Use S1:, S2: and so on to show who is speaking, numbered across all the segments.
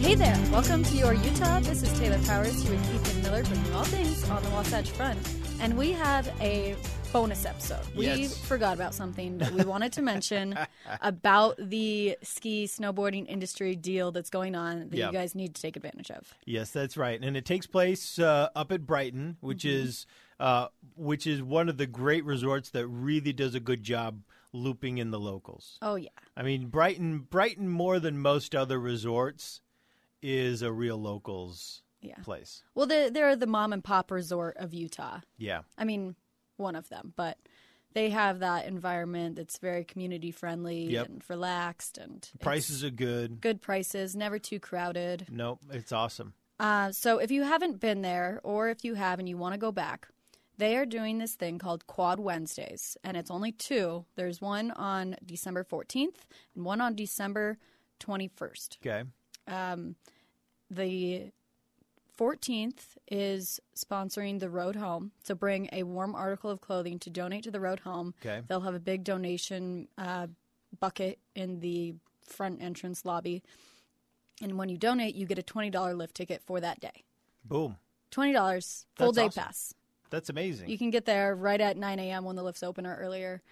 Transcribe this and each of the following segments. S1: Hey there, welcome to Your Utah. This is Taylor Powers here with Ethan Miller, bringing all things on the Wasatch Front. And we have a bonus episode. We
S2: Yes.
S1: forgot about something that we wanted to mention about the ski snowboarding industry deal that's going on that
S2: Yeah.
S1: you guys need to take advantage of.
S2: Yes, that's right, and it takes place uh, up at Brighton, which
S1: Mm-hmm.
S2: is uh, which is one of the great resorts that really does a good job looping in the locals.
S1: Oh, yeah.
S2: I mean, Brighton, Brighton more than most other resorts is a real locals
S1: Yeah.
S2: place.
S1: Well, they're, they're the mom and pop resort of Utah.
S2: Yeah,
S1: I mean, one of them, but they have that environment that's very community friendly
S2: Yep.
S1: and relaxed and it's
S2: prices are good.
S1: good prices, never too crowded.
S2: Nope, it's awesome.
S1: Uh, so if you haven't been there, or if you have and you want to go back, they are doing this thing called Quad Wednesdays, and it's only two. There's one on December 14th and one on December 21st.
S2: Okay,
S1: Um, the 14th is sponsoring the Road Home, so bring a warm article of clothing to donate to the Road Home.
S2: okay,
S1: They'll have a big donation uh, bucket in the front entrance lobby. And when you donate, you get a $20 lift ticket for that day.
S2: boom.
S1: $20, full
S2: That's
S1: day
S2: awesome.
S1: pass.
S2: That's amazing.
S1: You can get there right at 9 a.m. when the lifts open or earlier.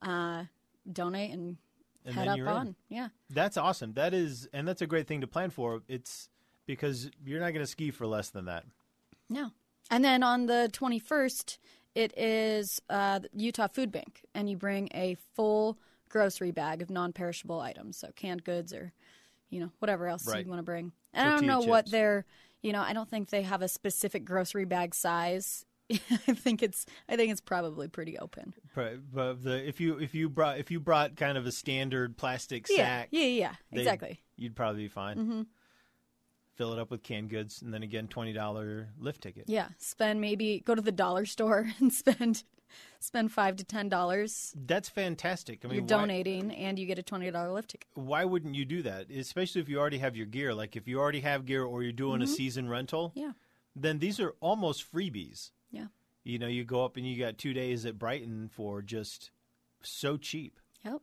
S1: Uh, donate and,
S2: And
S1: head
S2: then
S1: up
S2: you're in.
S1: on. Yeah.
S2: That's awesome. That is, and that's a great thing to plan for. It's because you're not going to ski for less than that.
S1: No. And then on the 21st, it is uh, the Utah Food Bank, and you bring a full grocery bag of non perishable items, so canned goods or, you know, whatever else
S2: Right.
S1: you want to bring. And I don't
S2: Tortilla
S1: know what
S2: chips.
S1: they're, you know, I don't think they have a specific grocery bag size. I think it's I think it's probably pretty open.
S2: Pro- But the, if you if you brought if you brought kind of a standard plastic
S1: Yeah,
S2: sack,
S1: yeah, yeah,
S2: they-
S1: exactly. Mm-hmm.
S2: you'd probably be fine. Fill it up with canned goods, and then again, twenty dollar lift ticket.
S1: Yeah, spend maybe go to the dollar store and spend spend five to ten dollars.
S2: That's fantastic. I mean,
S1: You're
S2: why-
S1: donating and you get a twenty dollar lift ticket.
S2: Why, wouldn't you do that? Especially if you already have your gear. Like if you already have gear, or you're doing a season rental,
S1: Mm-hmm. Yeah,
S2: then these are almost freebies.
S1: yeah.
S2: You know, you go up and you got two days at Brighton for just so cheap.
S1: Yep.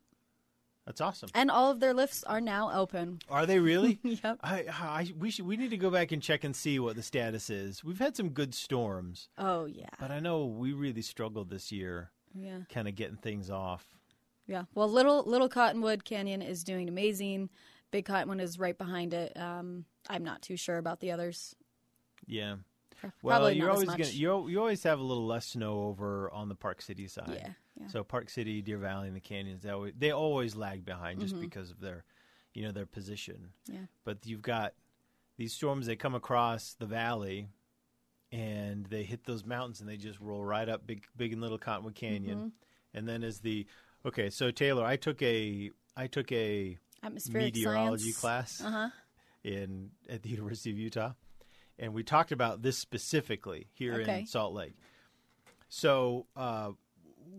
S2: That's awesome.
S1: And all of their lifts are now open.
S2: Are they really?
S1: Yep.
S2: I, I we should we need to go back and check and see what the status is. We've had some good storms,
S1: Oh yeah.
S2: but I know we really struggled this year,
S1: Yeah.
S2: kind of getting things off.
S1: Yeah. Well, little little Cottonwood Canyon is doing amazing. Big Cottonwood is right behind it. Um, I'm not too sure about the others.
S2: Yeah.
S1: Pro-
S2: Well,
S1: Probably
S2: you're
S1: not
S2: always
S1: as much.
S2: gonna you you always have a little less snow over on the Park City side.
S1: Yeah, yeah.
S2: So Park City, Deer Valley, and the canyons they always, they always lag behind
S1: Mm-hmm.
S2: just because of their, you know, their position.
S1: Yeah.
S2: But you've got these storms. They come across the valley, and they hit those mountains, and they just roll right up big, big and little Cottonwood Canyon. And then as the okay, so Taylor, I took a I took a
S1: Atmospheric
S2: meteorology
S1: science.
S2: class
S1: Uh-huh.
S2: in at the University of Utah, and we talked about this specifically here
S1: Okay.
S2: in Salt Lake. So, uh,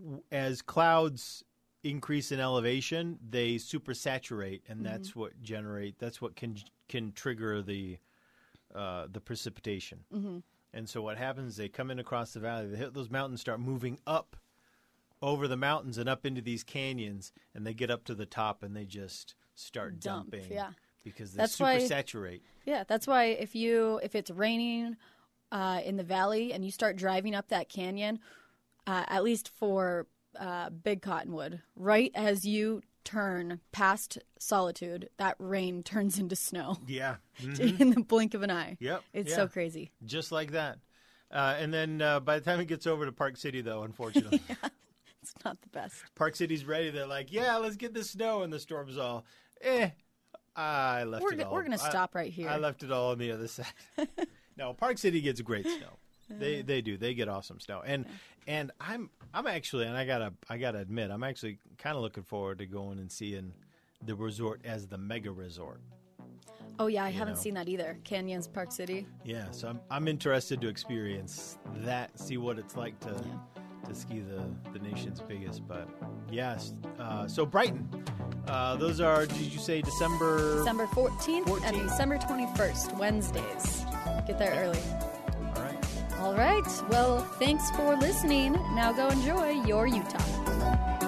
S2: w- as clouds increase in elevation, they supersaturate, and that's
S1: Mm-hmm.
S2: what generate that's what can can trigger the uh, the precipitation.
S1: Mm-hmm.
S2: And so, what happens? They come in across the valley. They hit those mountains, start moving up over the mountains and up into these canyons, and they get up to the top, and they just start
S1: Dump,
S2: dumping.
S1: yeah.
S2: because they
S1: That's
S2: super
S1: why-
S2: saturate.
S1: Yeah, that's why if you if it's raining uh, in the valley and you start driving up that canyon, uh, at least for uh, Big Cottonwood, right as you turn past Solitude, that rain turns into snow
S2: Yeah.
S1: in the blink of an eye.
S2: Mm-hmm. Yep,
S1: it's
S2: yeah.
S1: so crazy.
S2: Just like that. Uh, and then uh, by the time it gets over to Park City, though, unfortunately,
S1: It's not the best.
S2: Park City's ready. They're like, yeah, let's get the snow. And the storm's all, eh, I left
S1: We're
S2: it
S1: go-
S2: all.
S1: we're gonna
S2: I-
S1: stop right here.
S2: I left it all on the other side. no, Park City gets great snow.
S1: Uh-huh.
S2: They they do. They get awesome snow. And and I'm I'm actually and I gotta I gotta admit I'm actually kind of looking forward to going and seeing the resort as the mega resort.
S1: Oh yeah, I haven't
S2: know.
S1: seen that either. Canyons Park City.
S2: Yeah, so I'm, I'm interested to experience that, see what it's like to to ski the, the nation's biggest. But yes, uh, so Brighton, uh, those are did you say December?
S1: December 14th, and
S2: 14th.
S1: December 21st, Wednesdays. Get there early.
S2: All right.
S1: All right. Well, thanks for listening. Now go enjoy your Utah.